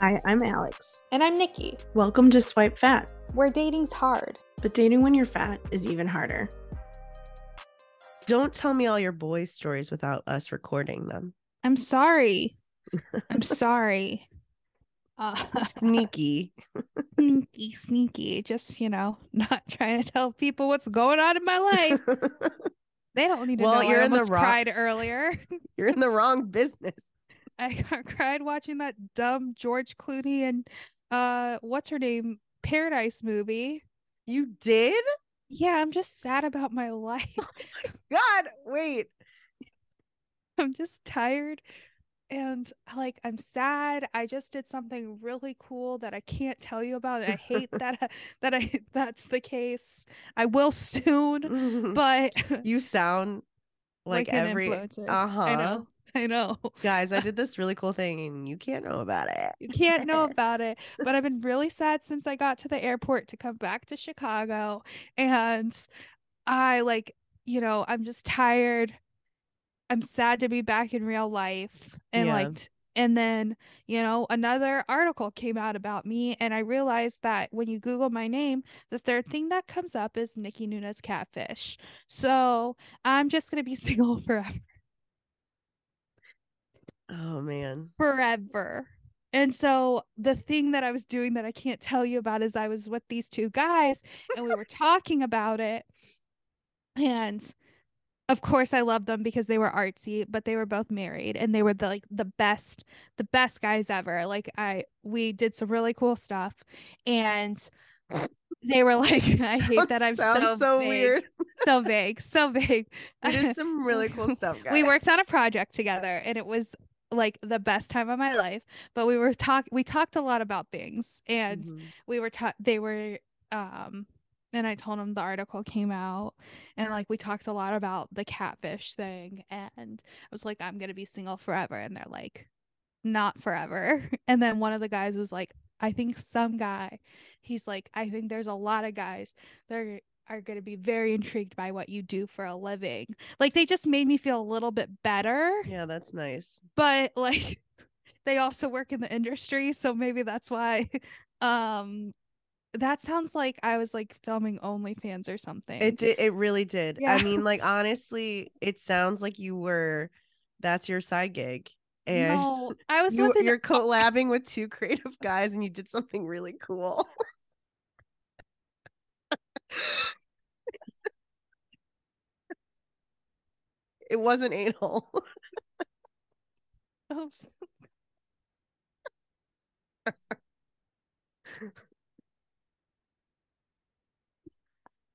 Hi, I'm Alex. And I'm Nikki. Welcome to Swipe Fat, Where dating's hard. but dating when you're fat is even harder. Don't tell me all your boy stories without us recording them. I'm sorry. I'm sorry. Uh, Sneaky. sneaky, sneaky. Just, you know, not trying to tell people what's going on in my life. They don't need to Well, know. you're I in the almost wrong- cried earlier. You're in the wrong business. I got- cried watching that dumb George Clooney and uh what's her name Paradise movie. You did? Yeah, I'm just sad about my life. God, wait. I'm just tired and like I'm sad. I just did something really cool that I can't tell you about. And I hate that I- that I that's the case. I will soon, but you sound Mm-hmm. like, an every influencer. I uh-huh. know. I know. Guys, I did this really cool thing and you can't know about it. You can't know about it, but I've been really sad since I got to the airport to come back to Chicago and I like, you know, I'm just tired. I'm sad to be back in real life and Yeah. like t- and then, you know, another article came out about me and I realized that when you google my name, the third thing that comes up is Nikki Nuna's catfish. So, I'm just going to be single forever Oh man. forever. And so the thing that I was doing that I can't tell you about is I was with these two guys and we were talking about it. And of course I love them because they were artsy, but they were both married and they were the, like the best the best guys ever. Like I we did some really cool stuff and they were like I hate that I'm Sounds so, so vague, weird. So vague, so vague. We did some really cool stuff, guys. we worked on a project together and it was like the best time of my life but we were talk we talked a lot about things and Mhm. we were ta- they were um and i told him the article came out and like we talked a lot about the catfish thing and i was like i'm gonna be single forever and they're like not forever and then one of the guys was like i think some guy he's like i think there's a lot of guys that are, are gonna be very intrigued by what you do for a living like they just made me feel a little bit better Yeah, that's nice. but like they also work in the industry so maybe that's why um that sounds like i was like filming onlyfans or something It did it really did. Yeah. I mean, like honestly, it sounds like you were that's your side gig. And no i was you, with an you're collabing with two creative guys and you did something really cool. it wasn't anal. Oops.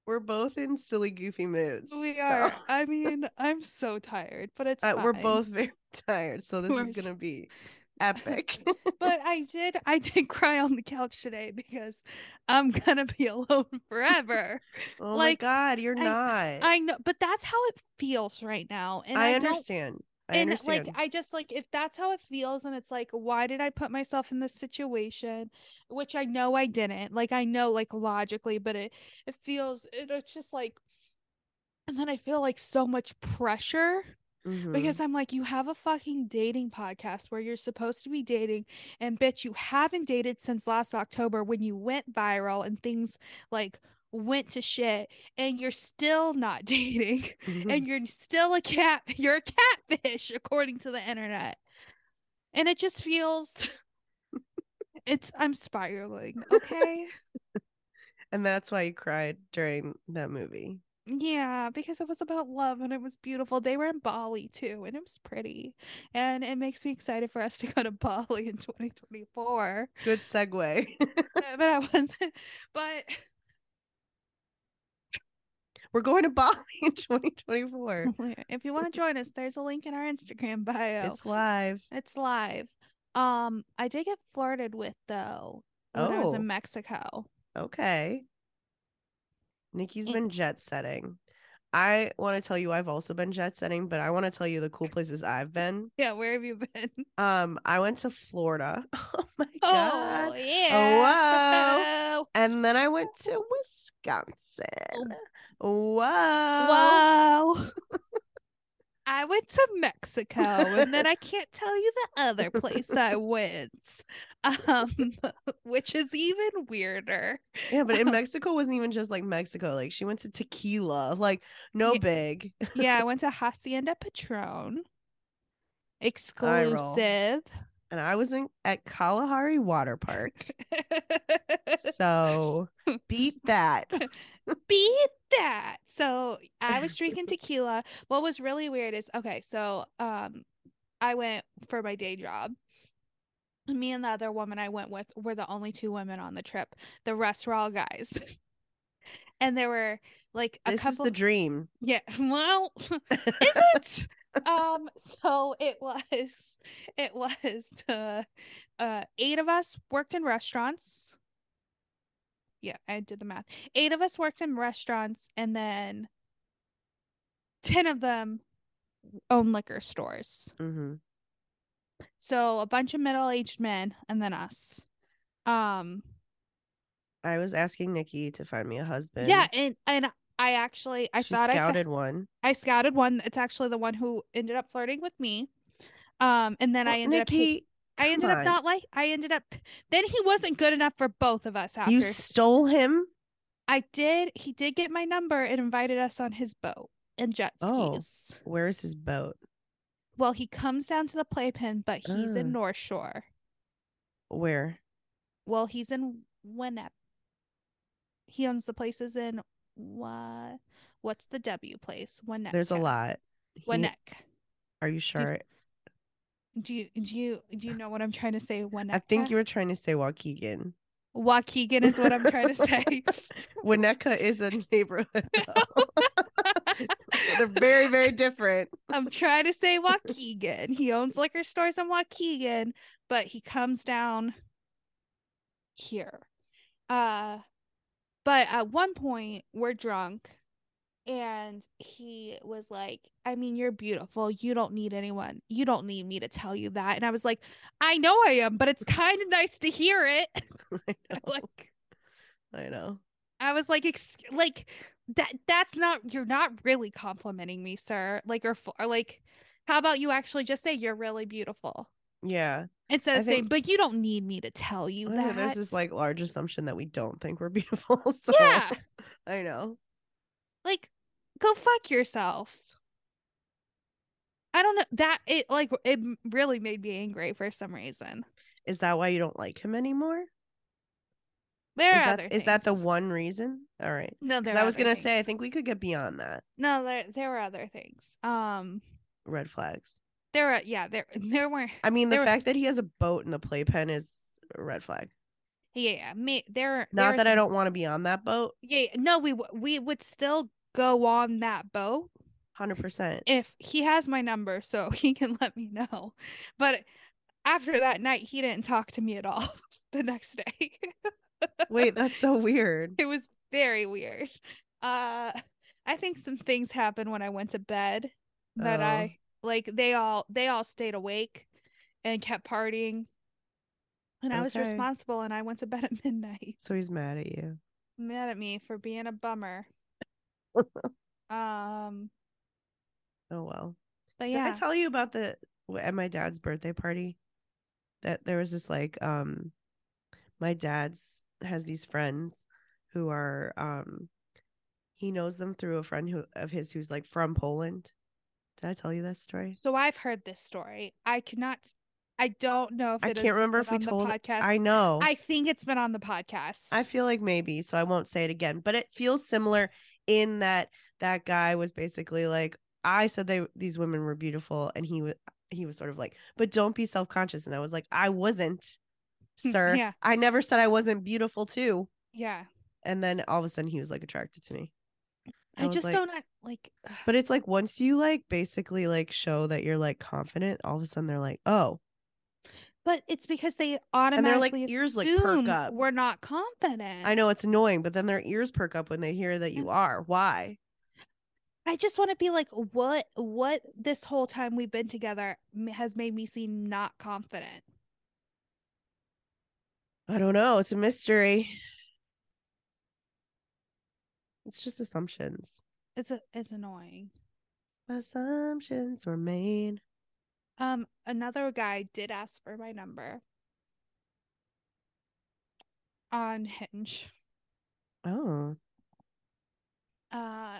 We're both in silly, goofy moods. we so, are i mean i'm so tired but it's uh, we're fine. both very tired. So this We're is so- going to be epic. but i did i did cry on the couch today because i'm gonna be alone forever oh Like, my God, you're not. i know but that's how it feels right now and i, I don't understand. I and understand. like i just like if that's how it feels and it's like why did i put myself in this situation which i know i didn't like i know like logically but it it feels it, it's just like and then i feel like so much pressure Mhm. because i'm like you have a fucking dating podcast where you're supposed to be dating and bitch you haven't dated since last october when you went viral and things like went to shit and you're still not dating Mm-hmm. and you're still a cat you're a catfish according to the internet and it just feels it's i'm spiraling okay and that's why you cried during that movie. yeah because it was about love and it was beautiful they were in bali too and it was pretty and it makes me excited for us to go to bali in 2024 Good segue. but i wasn't but We're going to Bali in 2024. Mm, if you want to join us there's a link in our instagram bio It's live. It's live. Um, I did get flirted with though when I was Oh. in Mexico. Okay. Nikki's Eh. been jet setting. I want to tell you I've also been jet setting, but I want to tell you the cool places I've been. Yeah, where have you been? Um, I went to Florida. Oh my Oh god. yeah. Whoa. And then I went to Wisconsin. Whoa. Whoa. I went to Mexico and then I can't tell you the other place I went. Um which is even weirder. Yeah, but in Mexico it wasn't even just like Mexico. Like she went to tequila. Like, no Yeah. big. Yeah, I went to Hacienda Patron. Eye roll. Exclusive. And I was in at Kalahari Water Park. So beat that. beat that. So I was drinking tequila. What was really weird is okay, so um I went for my day job. Me and the other woman I went with were the only two women on the trip. The rest were all guys. and there were like a This couple is the dream. Yeah. Well, is it? um so it was it was uh uh eight of us worked in restaurants yeah i did the math eight of us worked in restaurants and then 10 of them own liquor stores hmm so a bunch of middle-aged men and then us um I was asking Nikki to find me a husband. yeah and and i actually i she thought i fa- scouted one. I scouted one. It's actually the one who ended up flirting with me. Um, and then I Well, ended up Nikki, I ended on. up not like I ended up then he wasn't good enough for both of us after. you stole him. I did he did get my number and invited us on his boat and jet Oh. skis. Where is his boat? Well, he comes down to the playpen, but he's Oh. in North Shore. Where? Well, he's in Winnep. He owns the places in what what's the W place? Winnep. There's a lot. He- Winnep. Are you sure? Do you do you do you know what I'm trying to say? Winnep. I think you were trying to say Waukegan. Waukegan is what I'm trying to say. Winnetka is a neighborhood. though. They're very, very different. I'm trying to say Waukegan. He owns liquor stores in Waukegan, but he comes down here. Uh but at one point we're drunk and he was like, I mean, you're beautiful. You don't need anyone. You don't need me to tell you that. And I was like, I know I am, but it's kind of nice to hear it. I know. like I know. I was like, ex- like that. That's not. You're not really complimenting me, sir. Like or, fl- or like, how about you actually just say you're really beautiful Yeah. instead I of saying, think- but you don't need me to tell you I know that. There's this like large assumption that we don't think we're beautiful. So yeah, I know. like go fuck yourself. I don't know that it like it m- really made me angry for some reason. Is that why you don't like him anymore? There Is are that, other is that the things. one reason? All right. No, there. 'Cause I are was other gonna say I things. think we could get beyond that. no, there there were other things. Um, Red flags. there were yeah there there were I mean, There the were- fact that he has a boat in the playpen is a red flag. yeah, yeah me there there Not were that I some- don't want to be on that boat, Yeah, yeah, no, we w- we would still go on that boat hundred percent. if he has my number, so he can let me know. But after that night, he didn't talk to me at all. The next day, Wait, that's so weird. it was very weird. Uh, I think some things happened when I went to bed that Oh. I like. They all they all stayed awake and kept partying, and I was Okay. responsible. And I went to bed at midnight. So he's mad at you. Mad at me for being a bummer. um. Oh well. But Did yeah. I tell you about the w- at my dad's birthday party that there was this like um my dad's has these friends who are um he knows them through a friend who of his who's like from Poland. Did I tell you that story? So I've heard this story. I cannot. I don't know if I it can't has remember if we been on the told. podcast. I know. I think it's been on the podcast. I feel like maybe, so I won't say it again, but it feels similar in that that guy was basically like, I said they these women were beautiful, and he was he was sort of like, but don't be self conscious, and I was like, I wasn't, sir. yeah. I never said I wasn't beautiful too. yeah. And then all of a sudden he was like attracted to me. I I, was just like- don't like. But it's like once you like basically like show that you're like confident, all of a sudden they're like, oh, But it's because they they're, like, automatically ears, like, perk assume up. we're not confident. I know it's annoying, but then their ears perk up when they hear that you are. Why? I just want to be like, what? What this whole time we've been together m- has made me seem not confident. I don't know. It's a mystery. It's just assumptions. It's a, it's annoying. Assumptions were made. Um, another guy did ask for my number on Hinge. Oh, uh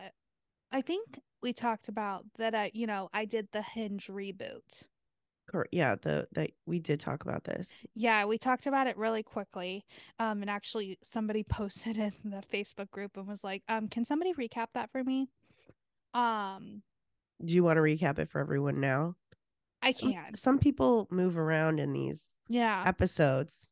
i think we talked about that i you know i did the hinge reboot correct. Yeah, the that we did talk about this. yeah we talked about it really quickly um and actually somebody posted in the facebook group and was like um can somebody recap that for me um Do you want to recap it for everyone now? i Some- can Some people move around in these yeah episodes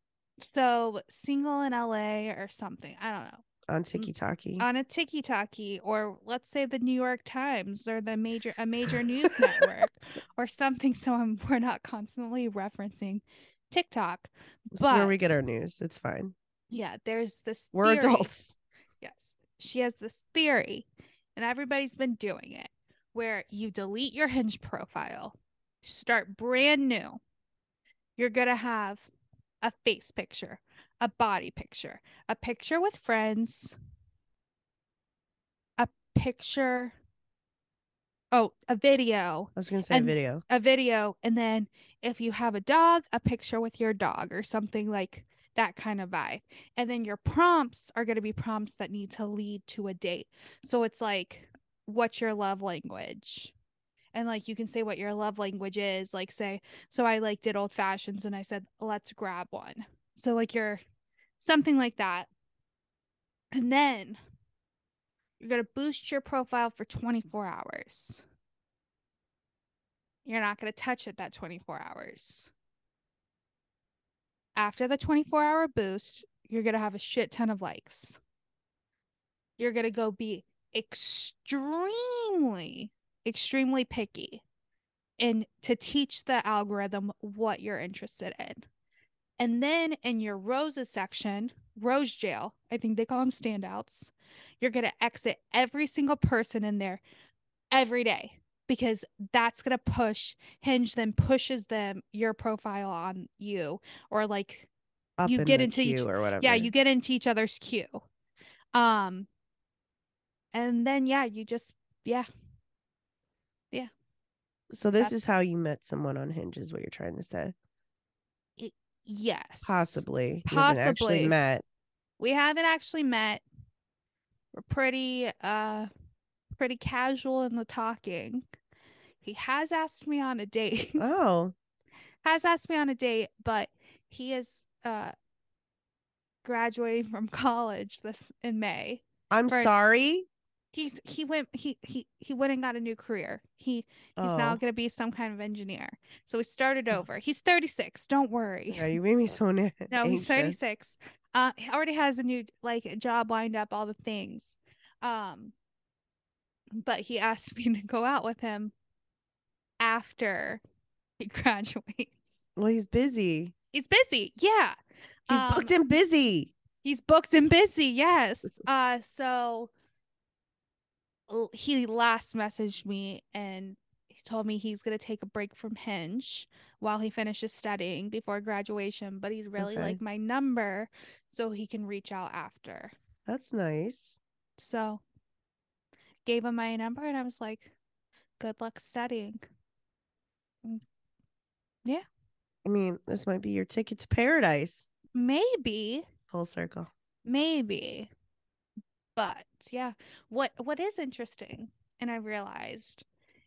so single in la or something i don't know on Tiki Taki. on a tiki taki or let's say the new york times or the major a major news network or something so I'm, we're not constantly referencing tiktok This is where we get but- our news. It's fine. Yeah, there's this. We're theory- adults. Yes. She has this theory, and everybody's been doing it, where you delete your hinge profile, start brand new. You're going to have a face picture, a body picture, a picture with friends, a picture. Oh, a video, I was gonna say And- video. a video, and then if you have a dog, a picture with your dog or something like that kind of vibe. And then your prompts are going to be prompts that need to lead to a date. So it's like, what's your love language? And like you can say what your love language is. Like, say, so I like did old fashions and I said, let's grab one. So, like, you're something like that. And then you're going to boost your profile for 24 hours you're not going to touch it that 24 hours. After the 24 hour boost, you're going to have a shit ton of likes. You're going to go be extremely, extremely picky and to teach the algorithm what you're interested in. And then in your roses section, rose jail, I think they call them standouts, you're going to exit every single person in there every day because that's going to push hinge then pushes them your profile on you or like Up you in get the into each- queue or whatever. yeah you get into each other's queue um and then yeah you just yeah So this that's- is how you met someone on Hinge, is what you're trying to say. yes Possibly. You haven't actually Possibly. met. we haven't actually met we're pretty uh pretty casual in the talking he has asked me on a date Oh, has asked me on a date, but he is uh graduating from college this in May. I'm For- sorry. He's he went he he he went and got a new career. He he's now Oh. Mm. going to be some kind of engineer. So he started over. He's 36, don't worry. Yeah, you made me so na- No, he's anxious. 36. Uh he already has a new like job lined up, all the things. Um but he asked me to go out with him after he graduates. Well, he's busy. He's busy. Yeah. He's Um, booked and busy. He's booked and busy, yes. Uh so l- he last messaged me and he told me he's gonna take a break from Hinge while he finishes studying before graduation, but he'd really Okay. like my number so he can reach out after. That's nice. So gave him my number and I was like, Good luck studying. I mean, this might be your ticket to paradise. Maybe Full circle. Maybe. But yeah, what what is interesting and I realized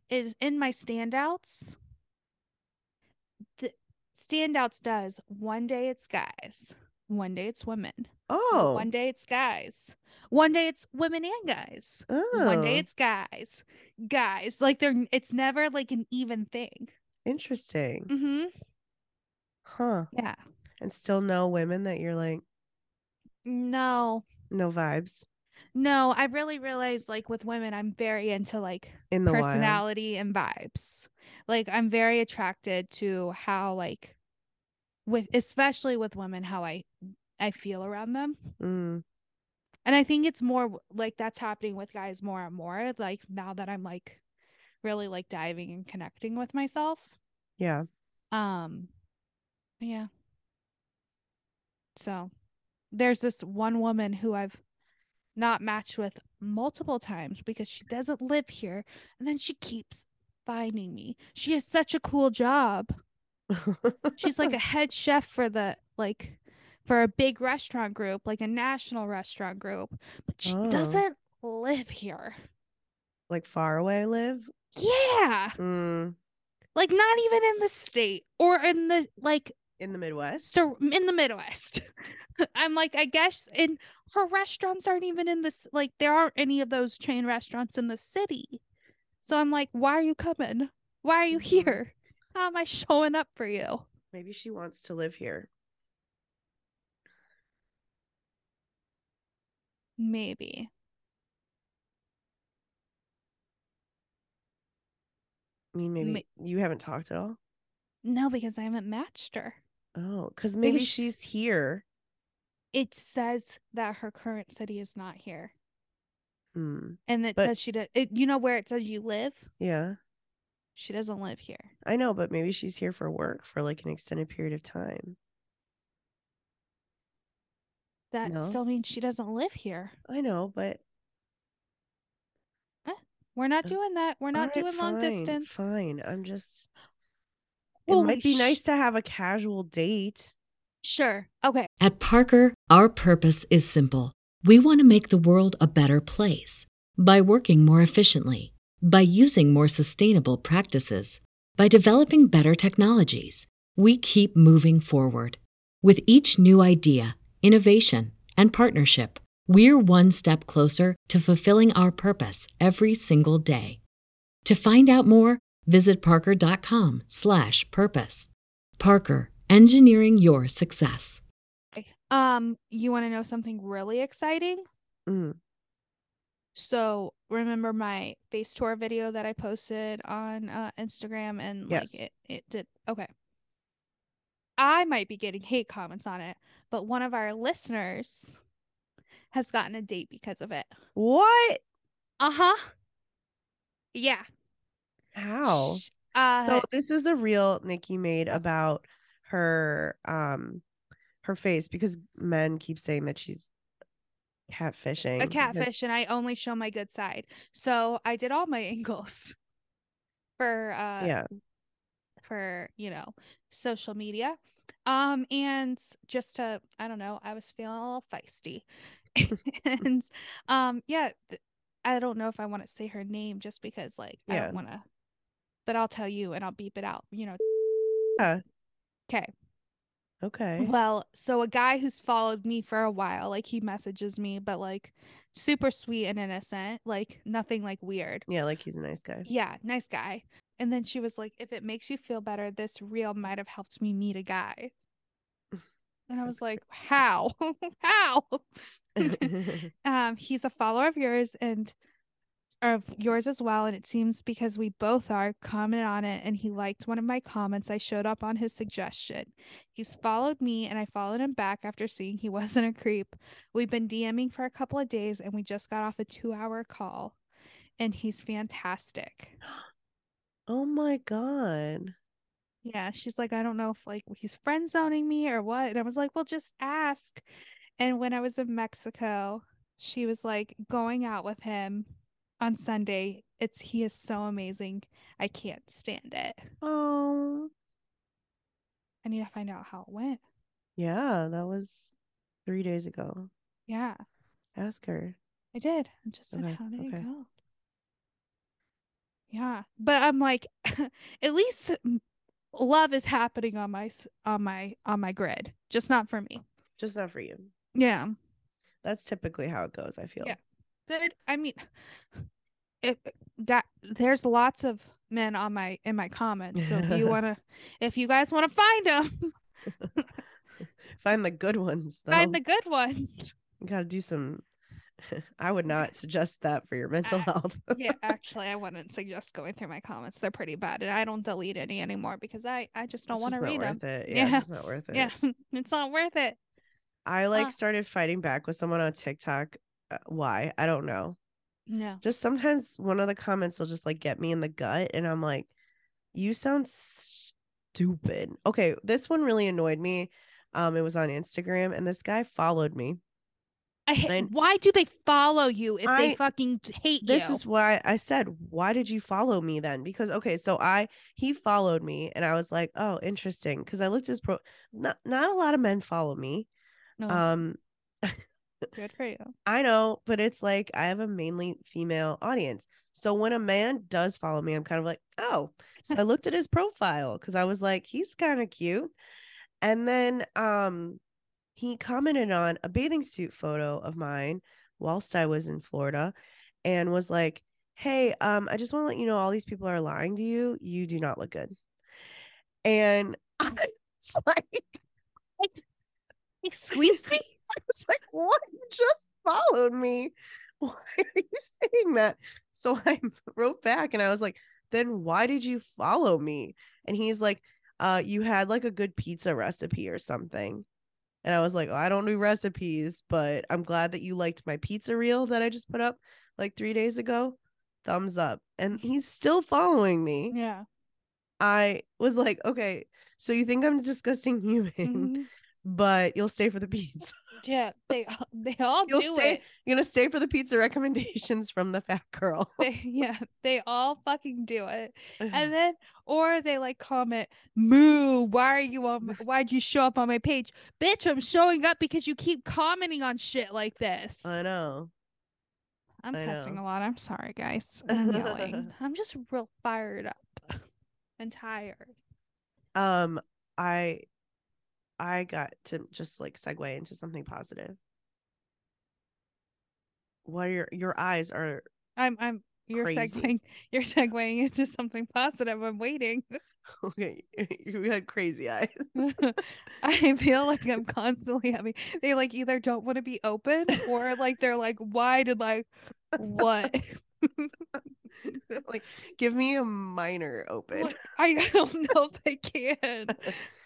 is in my standouts the standouts does one day it's guys, one day it's women, Oh. one day it's guys, one day it's women and guys, oh. one day it's guys, guys. Like they're it's never like an even thing. interesting. Mm-hmm. Huh. Yeah. And still no women that you're like, No, no vibes no, I really realized like with women, I'm very into like in the wild. personality and vibes. Like I'm very attracted to how like with especially with women how I I feel around them. Mm, And I think it's more w- like that's happening with guys more and more like now that I'm like really like diving and connecting with myself. yeah. Um yeah. So there's this one woman who I've not matched with multiple times because she doesn't live here and then she keeps finding me. She has such a cool job. She's like a head chef for the like for a big restaurant group, like a national restaurant group, but she Oh. doesn't live here. like far away live. Yeah, Mm, like not even in the state or in the like in the Midwest. so in the Midwest. I'm like, I guess, and her restaurants aren't even in this. Like, there aren't any of those chain restaurants in the city. So I'm like, why are you coming? Why are you Mhm. here? How am I showing up for you? Maybe she wants to live here. Maybe. I mean, maybe you haven't talked at all. No, because I haven't matched her. Oh, because maybe sh- she's here. It says that her current city is not here. Mm, And it But- says she does, it, you know, where it says you live? yeah, She doesn't live here. I know, but maybe she's here for work for like an extended period of time. That No. still means she doesn't live here. I know, but We're not Uh, doing that. We're not alright, doing long fine, distance. Fine, I'm just. It Holy might be sh- nice to have a casual date. Sure. Okay. At Parker, our purpose is simple. We want to make the world a better place by working more efficiently, by using more sustainable practices, by developing better technologies. We keep moving forward. With each new idea, innovation, and partnership, we're one step closer to fulfilling our purpose every single day. To find out more, visit parker.com/purpose. Parker, engineering your success. Um, you want to know something really exciting? Mm, So remember my face tour video that I posted on uh, Instagram and Yes. like it, it did okay. I might be getting hate comments on it, but one of our listeners has gotten a date because of it. What? Uh-huh. Yeah. How? Sh- Uh Oh, so this is a real Nikki made about her um her face because men keep saying that she's catfishing. a because- catfish and I only show my good side. So I did all my angles for uh yeah. for, you know, social media. Um and just to I don't know, I was feeling a little feisty. and um yeah, th- I don't know if I want to say her name just because like I Yeah. don't want to but I'll tell you and I'll beep it out, you know. Yeah. Okay. Okay. Well, so a guy who's followed me for a while, like he messages me, but like super sweet and innocent, like nothing like weird. Yeah, like he's a nice guy. Yeah, nice guy. And then she was like, if it makes you feel better, this reel might have helped me meet a guy. And I was like, how? how? um, he's a follower of yours and of yours as well. And it seems because we both are commented on it and he liked one of my comments. I showed up on his suggestion. He's followed me and I followed him back after seeing he wasn't a creep. We've been DMing for a couple of days and we just got off a two hour call and he's fantastic. oh my god. Yeah, she's like, I don't know if like he's friend zoning me or what. And I was like, well, just ask. And when I was in Mexico, she was like going out with him on Sunday. It's he is so amazing. I can't stand it. Oh. I need to find out how it went. Yeah, that was 3 days ago. Yeah, Ask her. I did. I just said, Okay, how did okay. it go? Yeah, but I'm like, at least mm, love is happening on my s- on my on my grid, just not for me. Just not for you. Yeah. That's typically how it goes, I feel. Yeah. But I mean, if that there's lots of men on my in my comments. So if you wanna, if you guys wanna find them, Find the good ones though. find the good ones. You gotta do some I would not suggest that for your mental I- health. yeah, actually, I wouldn't suggest going through my comments. They're pretty bad, and I don't delete any anymore because I I just don't It's want to just read not them. worth it. Yeah, Yeah. it's not worth it. Yeah, Uh. it's not worth it. I like Huh. started fighting back with someone on TikTok. Uh, why? I don't know. Yeah, Just sometimes one of the comments will just like get me in the gut, and I'm like, you sound stupid. Okay, this one really annoyed me. Um, it was on Instagram, and this guy followed me. I hate. I- why do they follow you if I- they fucking t- hate This you? is why I said, why did you follow me then? Because okay, so I he followed me, and I was like, oh, interesting, because I looked his pro. Not not a lot of men follow me. no, Um, good for you. I know, but it's like I have a mainly female audience. So when a man does follow me, I'm kind of like, oh. So I looked at his profile because I was like, he's kind of cute. And then um he commented on a bathing suit photo of mine whilst I was in Florida and was like, Hey, um, I just want to let you know all these people are lying to you. You do not look good. And I was like, Excuse me? I was like, what? You just followed me. Why are you saying that? So I wrote back and I was like, then why did you follow me? And he's like, uh, you had like a good pizza recipe or something. And I was like, oh, I don't do recipes, but I'm glad that you liked my pizza reel that I just put up like three days ago. Thumbs up. And he's still following me. Yeah. I was like, okay, so you think I'm a disgusting human, Mhm. but you'll stay for the pizza. Yeah, they they all You'll do stay- it. You're gonna stay for the pizza recommendations from the fat girl. They, yeah, they all fucking do it. And then, or they like comment, "Moo, why are you on? My, why'd you show up on my page, bitch? I'm showing up because you keep commenting on shit like this." I know. I'm I cussing know. a lot. I'm sorry, guys. I'm yelling. I'm just real fired up and tired. Um, I, I got to just like segue into something positive. What are your your eyes are? I'm. I'm. You're Crazy. segueing. You're segueing into something positive. I'm waiting. Okay, you had crazy eyes. I feel like I'm constantly having. They like either don't want to be open or like they're like wide and like what. like, give me a minor open. What- I don't know if I can.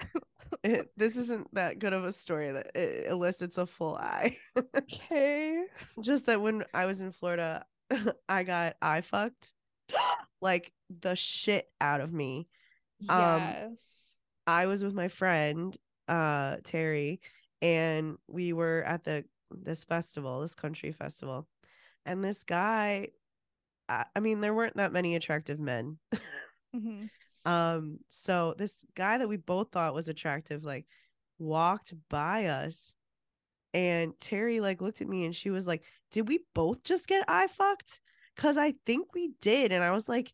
It- this isn't that good of a story that it elicits a full eye. Okay. just that when I was in Florida, I got eye fucked like the shit out of me. Um, Yes. I was with my friend uh Terry and we were at the this festival, this country festival. And this guy I, I mean there weren't that many attractive men. Mhm. Um so this guy that we both thought was attractive like walked by us and Terry like looked at me and she was like, "Did we both just get eye fucked?" Cuz I think we did and I was like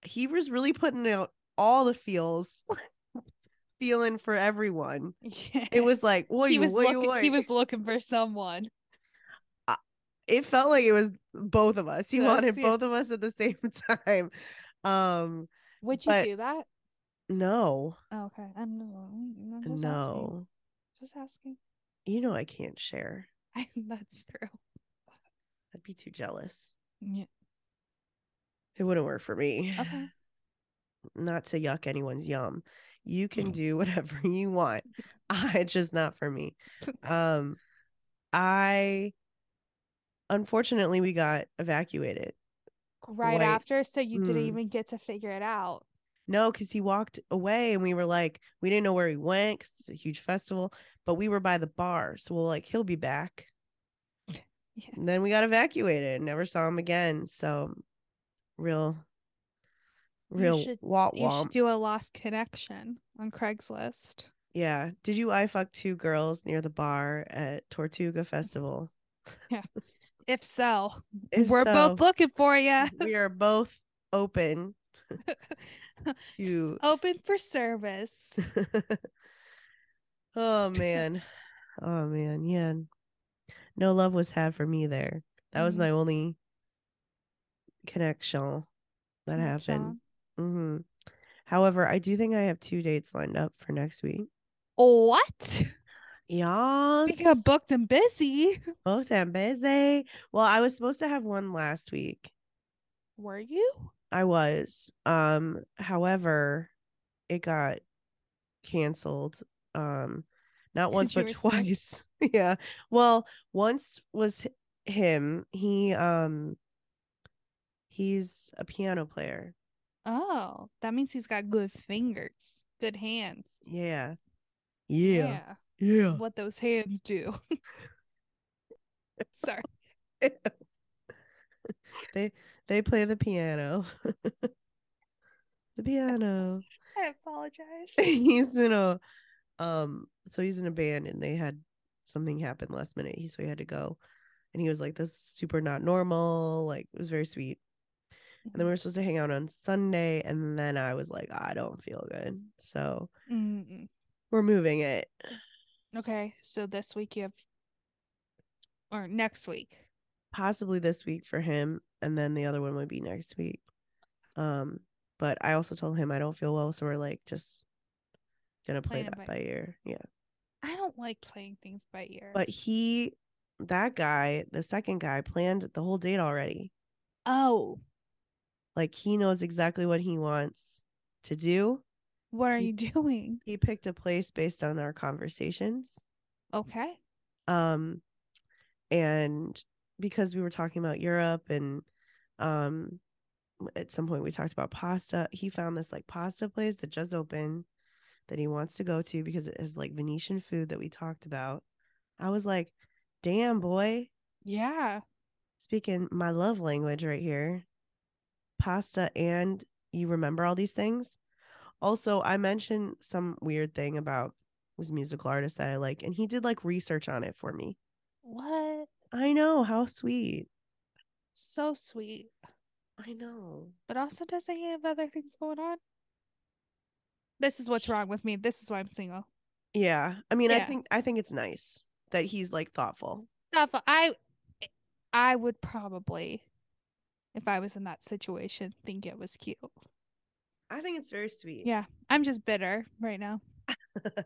he was really putting out all the feels feeling for everyone. Yeah. It was like, "What do he you was what do you looking. He want?" was looking for someone. it felt like it was both of us. He Yes, wanted yeah. both of us at the same time. Um Would you But- do that? Oh, no. Okay. I'm no. I'm just asking. No. Just asking. You know I can't share. I, that's true. I'd be too jealous. Yeah. It wouldn't work for me. Okay. Not to yuck anyone's yum. You Mm. can do whatever you want. I it's just not for me. Um I unfortunately we got evacuated. right quite- after, so you didn't Mm. even get to figure it out. No, because he walked away and we were like, we didn't know where he went because it's a huge festival, but we were by the bar. So we're like, he'll be back. Yeah. And then we got evacuated and never saw him again. So real, real should- womp You womp. should do a lost connection on Craigslist. Yeah. Did you I fuck two girls near the bar at Tortuga Festival? If so, If we're so, both looking for you. we are both open to Open for service. oh man. Oh man, yeah. No love was had for me there. That was Mhm. my only connection that happened. Connection. hmm However, I do think I have two dates lined up for next week. What? Yes. We got booked and busy. Booked and busy. Well, I was supposed to have one last week. Were you? I was. Um, however, it got canceled. Um, not once but you were sick? twice. yeah. Well, once was h- him. He um he's a piano player. Oh, that means he's got good fingers, good hands. Yeah. Yeah. Yeah. What those hands do. Sorry. they they play the piano. the piano. I apologize. he's in a um so he's in a band and they had something happen last minute he so he had to go and he was like this is super not normal like it was very sweet and Mm-hmm. then we were supposed to hang out on sunday and then i was like i don't feel good so Mm-mm. we're moving it Okay, so this week you have, or next week. possibly this week for him and then the other one would be next week um but i also told him i don't feel well so we're like just gonna play Playing it that by- by ear yeah I don't like playing things by ear. but he that guy the second guy planned the whole date already oh, Like he knows exactly what he wants to do. what are He- you doing? He picked a place based on our conversations. Okay. Um and because we were talking about Europe and um at some point we talked about pasta, he found this like pasta place that just opened that he wants to go to because it has like Venetian food that we talked about. I was like, "Damn, boy, Yeah. speaking my love language right here pasta and you remember all these things also i mentioned some weird thing about this musical artist that i like and he did like research on it for me What? i know how sweet So sweet. i know But also, doesn't he have other things going on? This is what's wrong with me. This is why I'm single. yeah i mean i Yeah. think i think it's nice that he's like thoughtful Not fu- I, I would probably, if I was in that situation, think it was cute. i think it's very sweet Yeah, I'm just bitter right now.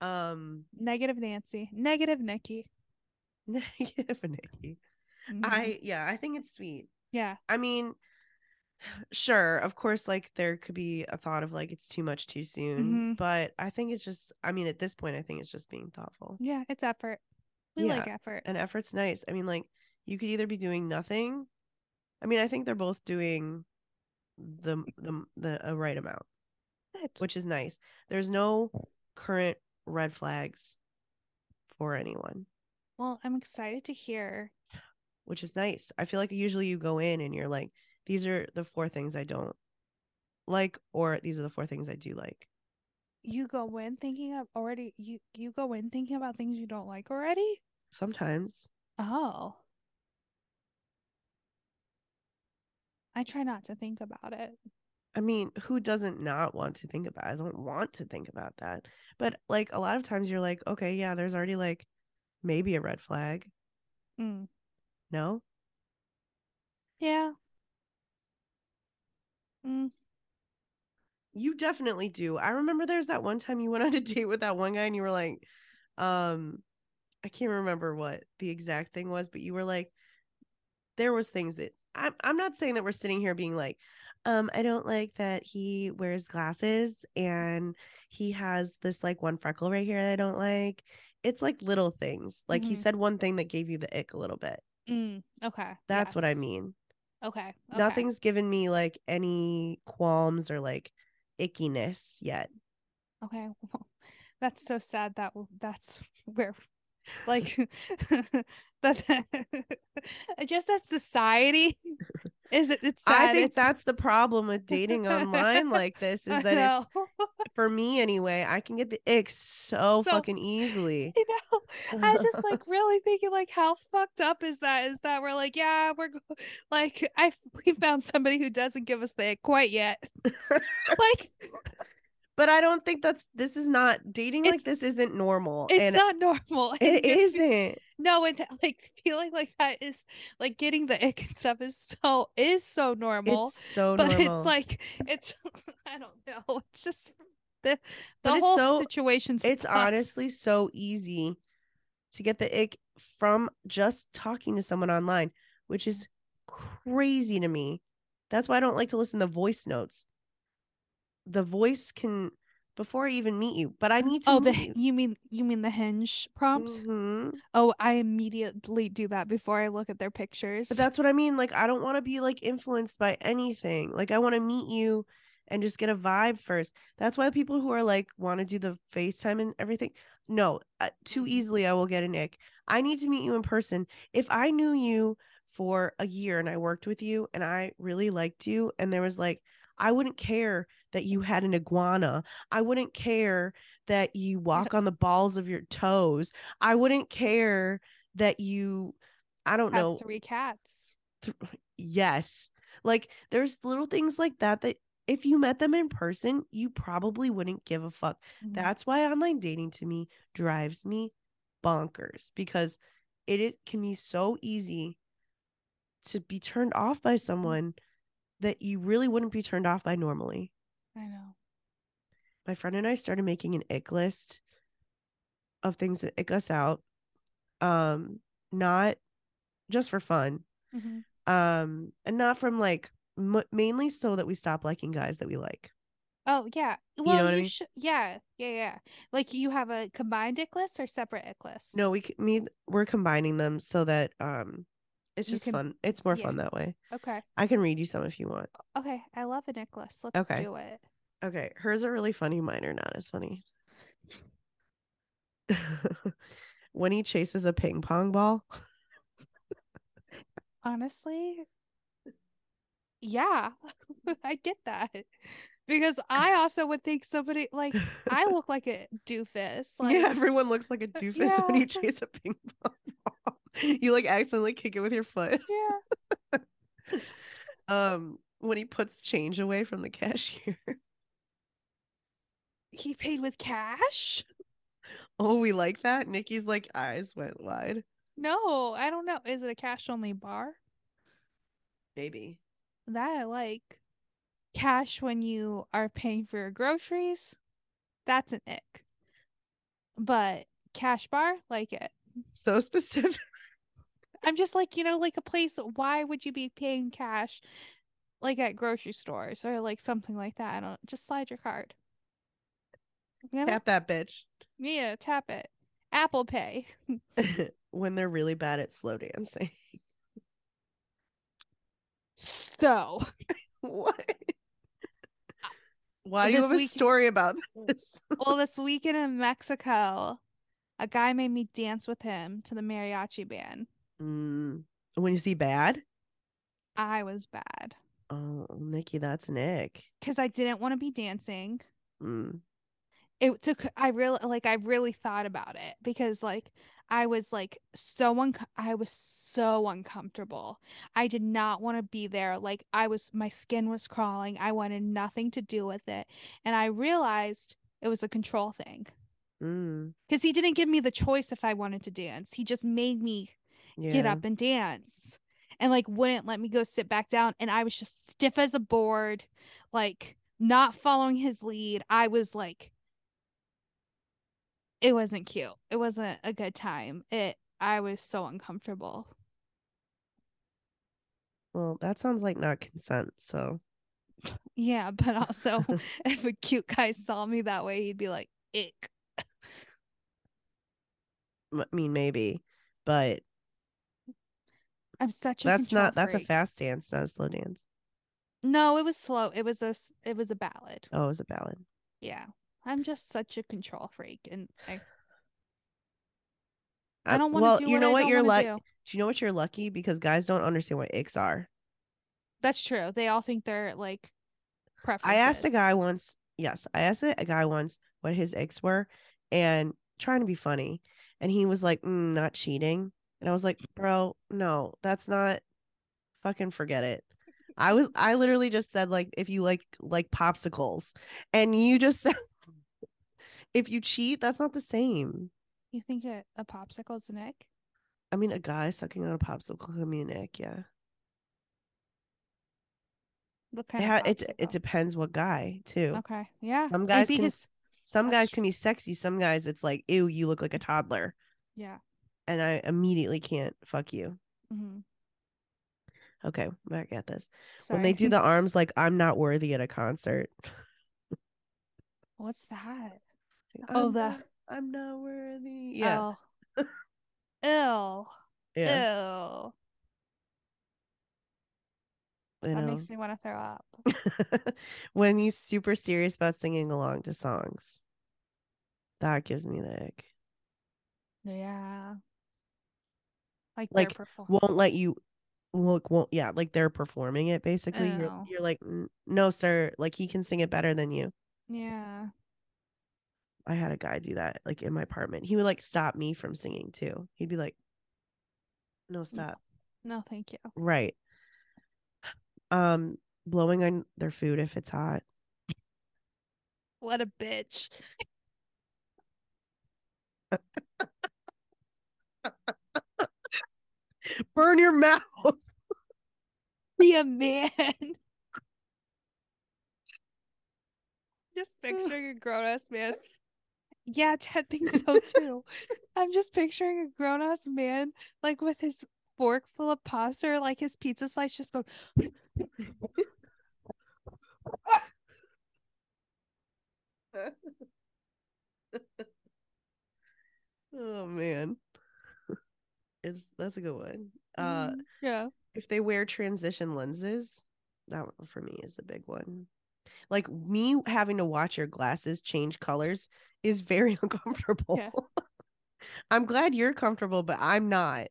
um Negative Nancy. Negative Nikki. negative Nikki. Mhm. i yeah i think it's sweet yeah. I mean, sure, of course, like there could be a thought of like it's too much too soon, Mhm. but I think it's just, I mean, at this point, I think it's just being thoughtful. Yeah, it's effort. We Yeah, like effort. And effort's nice. I mean, like you could either be doing nothing. I mean, I think they're both doing the the the a right amount, Good. which is nice. There's no current red flags for anyone, Well, I'm excited to hear. which is nice. I feel like usually you go in and you're like, these are the four things I don't like, or these are the four things I do like. You go in thinking of already you you go in thinking about things you don't like already? Sometimes. Oh. I try not to think about it. I mean, who doesn't not want to think about? I don't want to think about that. But like a lot of times you're like, okay, yeah, there's already like maybe a red flag. Mm. No? Yeah. Mm. You definitely do. I remember there's that one time you went on a date with that one guy and you were like, um I can't remember what the exact thing was, but you were like there was things that I'm I'm not saying that we're sitting here being like um I don't like that he wears glasses and he has this like one freckle right here that I don't like. It's like little things. Like he Mhm. said one thing that gave you the ick a little bit. Mm. Okay. That's what I yes. mean. Okay. okay. Nothing's given me like any qualms or like ickiness yet. Okay. well, That's so sad that w- that's where like that, that- just as society is it it's sad I think it's that's the problem with dating online like this I is that know. it's for me anyway. I can get the ick so, So- fucking easily. you know I was just like really thinking like how fucked up is that is that we're like yeah we're go- like I we found somebody who doesn't give us the ick quite yet like but I don't think that's this is not dating like It's- this isn't normal. it's and not normal it and you're fe- isn't. no and like feeling like that is like getting the ick and stuff is so is so normal It's so but normal. it's like it's I don't know. It's just the But the it's whole so- situation's It's fucked. honestly so easy to get the ick from just talking to someone online, which is crazy to me. That's why I don't like to listen to voice notes. The voice can before I even meet you, but I need to Oh, the meet h- you. you mean you mean the hinge prompts? Mhm. Oh, I immediately do that before I look at their pictures. But that's what I mean. Like I don't want to be like influenced by anything. Like I want to meet you and just get a vibe first. That's why people who are like want to do the FaceTime and everything. No, uh, too easily I will get an ick. I need to meet you in person. If I knew you for a year and I worked with you and I really liked you and there was like I wouldn't care that you had an iguana. I wouldn't care that you walk on Yes. the balls of your toes. I wouldn't care that you I don't have know three cats. yes like there's little things like that that if you met them in person you probably wouldn't give a fuck Mhm. that's why online dating to me drives me bonkers because it, it can be so easy to be turned off by someone that you really wouldn't be turned off by normally I know. my friend and I started making an ick list of things that ick us out um not just for fun Mhm. um and not from like m- mainly so that we stop liking guys that we like Oh yeah. Well, you, what I mean? should. Yeah, yeah, yeah. Like you have a combined ick list or separate ick list? no we c- me we're combining them so that um it's You just can- fun it's more yeah. fun that way Okay. i can read you some if you want Okay. I love a ick list. Let's Okay. do it. okay hers are really funny mine are not as funny when he chases a ping pong ball Honestly, yeah, I get that because I also would think somebody like I look like a doofus. Like, uh, yeah everyone looks like a doofus when yeah. you chase a ping pong ball you like accidentally kick it with your foot yeah. um when he puts change away from the cashier He paid with cash. oh we like that nikki's like eyes went wide No, I don't know. Is it a cash only bar? Maybe. That I like. Cash when you are paying for your groceries, that's an ick. But cash bar, like it. So specific. I'm just like, you know, like a place, why would you be paying cash like at grocery stores or like something like that? I don't just slide your card. You know? Tap that bitch. Yeah, tap it. Apple Pay. when they're really bad at slow dancing. So what? Why do you Uh, this have a week- story about this? well, this weekend in Mexico, a guy made me dance with him to the mariachi band. Mm, when you see bad? I was bad Oh, Nikki, that's Nick. because I didn't want to be dancing. Mm. It took I really like I really thought about it because like I was like so un I was so uncomfortable. I did not want to be there. Like I was my skin was crawling. I wanted nothing to do with it. And I realized it was a control thing Mm. because he didn't give me the choice if I wanted to dance. He just made me Yeah. get up and dance and like wouldn't let me go sit back down and i was just stiff as a board like not following his lead i was like it wasn't cute it wasn't a good time it i was so uncomfortable Well, that sounds like not consent. So yeah but also if a cute guy saw me that way he'd be like ick I mean, maybe, but i'm such a that's control not, that's a freak." fast dance, not a slow dance. no it was slow it was a s- it was a ballad Oh, it was a ballad. yeah i'm just such a control freak and i, Uh, I don't want to well, do you what know I what don't you're wanna like. do. Do you know what you're lucky? Because guys don't understand what icks are. That's true. They all think they're like preferences. I asked a guy once, yes, I asked a a guy once what his icks were and trying to be funny. And he was like, mm, not cheating. And I was like, bro, no, that's not fucking forget it. I was, I literally just said, like, if you like, like popsicles and you just said, if you cheat, that's not the same. You think a, a popsicle is an egg? I mean, a guy sucking on a popsicle can be an ick. Yeah. What It, kind ha- of it, it popsicle? depends what guy too. Okay. Yeah. Some And guys can- because Some That's guys true. can be sexy. Some guys, it's like, ew, you look like a toddler, Yeah. and I immediately can't fuck you. Mhm. Okay, back at this. When Sorry. they do the arms, like I'm not worthy at a concert. What's that? Like, Oh, "I'm the- Oh, not- I'm not worthy. Yeah, Ill. yeah. Ew. I That know. makes me want to throw up. when he's super serious about singing along to songs. That gives me the ick. Yeah. Like, Like, their perform- Won't let you look won't yeah, like they're performing it basically. You're, Oh. you're like, "N- no, sir, like he can sing it better than you. Yeah. I had a guy do that like in my apartment. He would like stop me from singing too. He'd be like, No, stop. No, thank you. Right. Um, blowing on their food if it's hot. What a bitch. Burn your mouth. Be a man. just picturing a grown ass man. Yeah, Ted thinks so too. I'm just picturing a grown ass man, like with his fork full of pasta, or like his pizza slice, just going. Oh man. It's that's a good one. Uh "Mm, yeah. if they wear transition lenses, that one for me is a big one. Like me having to watch your glasses change colors is very uncomfortable. I'm glad you're comfortable, but I'm not.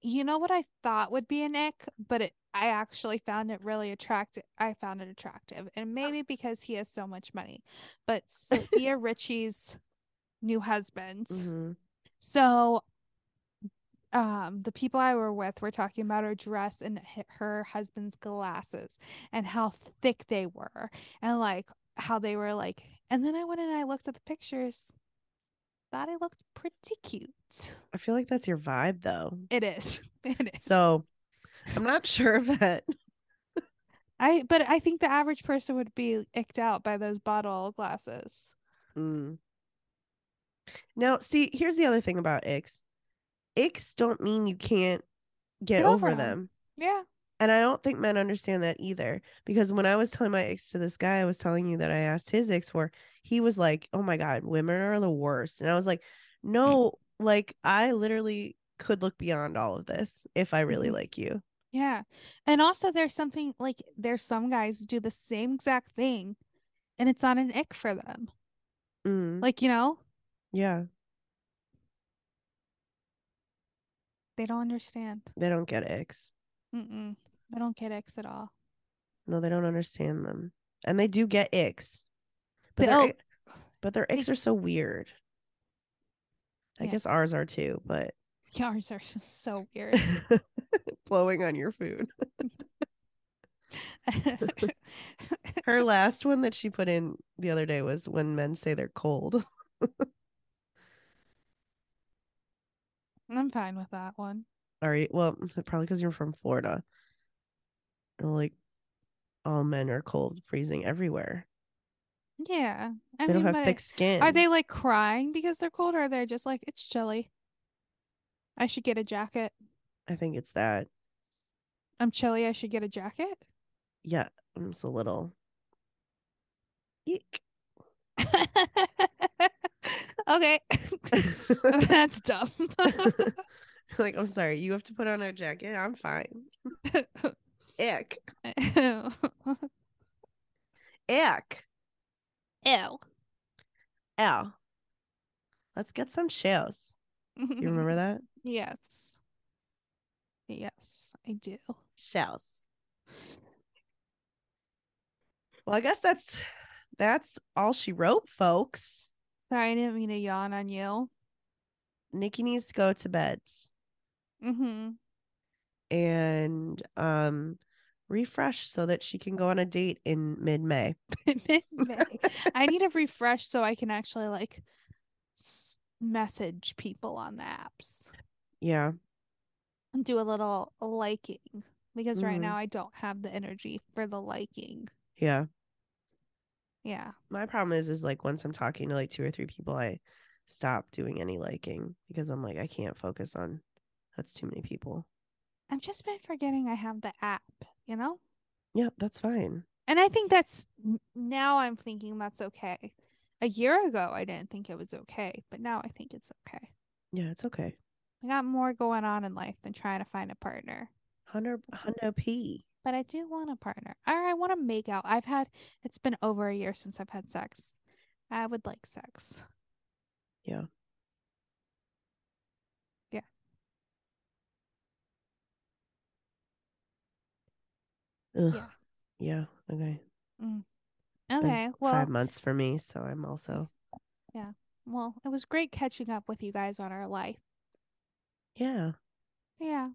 You know what I thought would be an ick, but it, I actually found it really attractive. I found it attractive, and maybe because he has so much money. But Sophia Richie's new husband. Mhm. So, um, the people I were with were talking about her dress and h- her husband's glasses and how thick they were, and like how they were like. And then I went and I looked at the pictures. Thought I looked pretty cute. I feel like that's your vibe though. It is. It is. So I'm not sure that I but I think the average person would be icked out by those bottle glasses. Mm. Now, see, here's the other thing about icks. Icks don't mean you can't get, Get over over 'em. them. Yeah. And I don't think men understand that either. Because when I was telling my ex to this guy, I was telling you that I asked his ex for, he was like, Oh my God, women are the worst. And I was like, No, like I literally could look beyond all of this if I really Mhm. like you. Yeah. And also there's something like there's some guys do the same exact thing and it's not an ick for them. Mm, Like, you know, yeah, they don't understand. they don't get icks. Mm-mm. I don't get icks at all. No, they don't understand them. And they do get icks. But They- their oh. ick- but their icks They- are so weird. I Yeah. guess ours are too, but Yours are s- so weird. blowing on your food. Her last one that she put in the other day was when men say they're cold. I'm fine with that one. Are you well, probably because you're from Florida. And, Like all men are cold, freezing everywhere. Yeah. I they mean, don't have but thick skin. are they like crying because they're cold or are they just like, it's chilly? I should get a jacket. I think it's that. I'm chilly. I should get a jacket. Yeah, it's a little. Eek. okay. That's dumb. like, I'm sorry, you have to put on a jacket. I'm fine. Ick. Ew. Ick. Ow. Let's get some shells. Mm-hmm. You remember that? Yes. Yes, I do. Shells. Well, I guess that's that's all she wrote, folks. Sorry, I didn't mean to yawn on you. Nikki needs to go to beds Mm-hmm. and um refresh so that she can go on a date in mid-May. I need a refresh so I can actually like s- message people on the apps. Yeah. and Do a little liking because right Mhm. now I don't have the energy for the liking. Yeah. Yeah. my problem is is like once I'm talking to like two or three people, I stop doing any liking because I'm like I can't focus on that's too many people. I've just been forgetting I have the app, you know? Yeah, that's fine. And I think that's n- now I'm thinking that's okay. A year ago, I didn't think it was okay, but now I think it's okay. Yeah, it's okay. I got more going on in life than trying to find a partner. Hundred hundo p. But I do want a partner. Or I want to make out. I've had, it's been over a year since I've had sex. I would like sex. Yeah. Yeah. Ugh. Yeah. Yeah. Okay. Been Okay. Well, five months for me, so I'm also well, it was great catching up with you guys on our life. yeah. Yeah.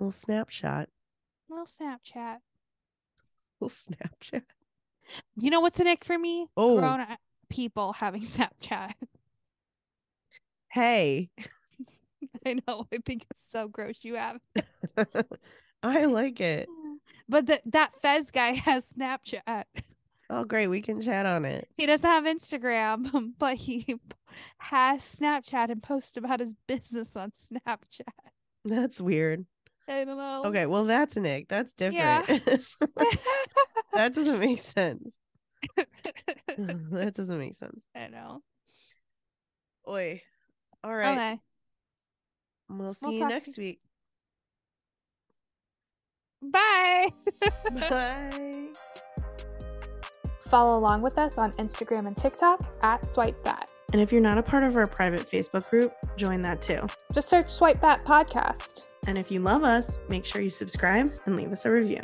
Little snapshot. Little Snapchat. Little snapshot. You know what's a nick for me? Oh. Grown a- people having Snapchat. Hey, I know. I think it's so gross you have. it. I like it. But that that Fez guy has Snapchat. Oh, great. We can chat on it. He doesn't have Instagram, but he has Snapchat and posts about his business on Snapchat. That's weird. I don't know. Okay, well that's an egg. That's Yeah. different. that doesn't make sense. that doesn't make sense. I know. Oi. All right. Okay. We'll see We'll you talk next week. Bye. Bye. Follow along with us on Instagram and TikTok at Swipe Bat. And if you're not a part of our private Facebook group, join that too. Just search Swipe Bat Podcast. And if you love us, make sure you subscribe and leave us a review.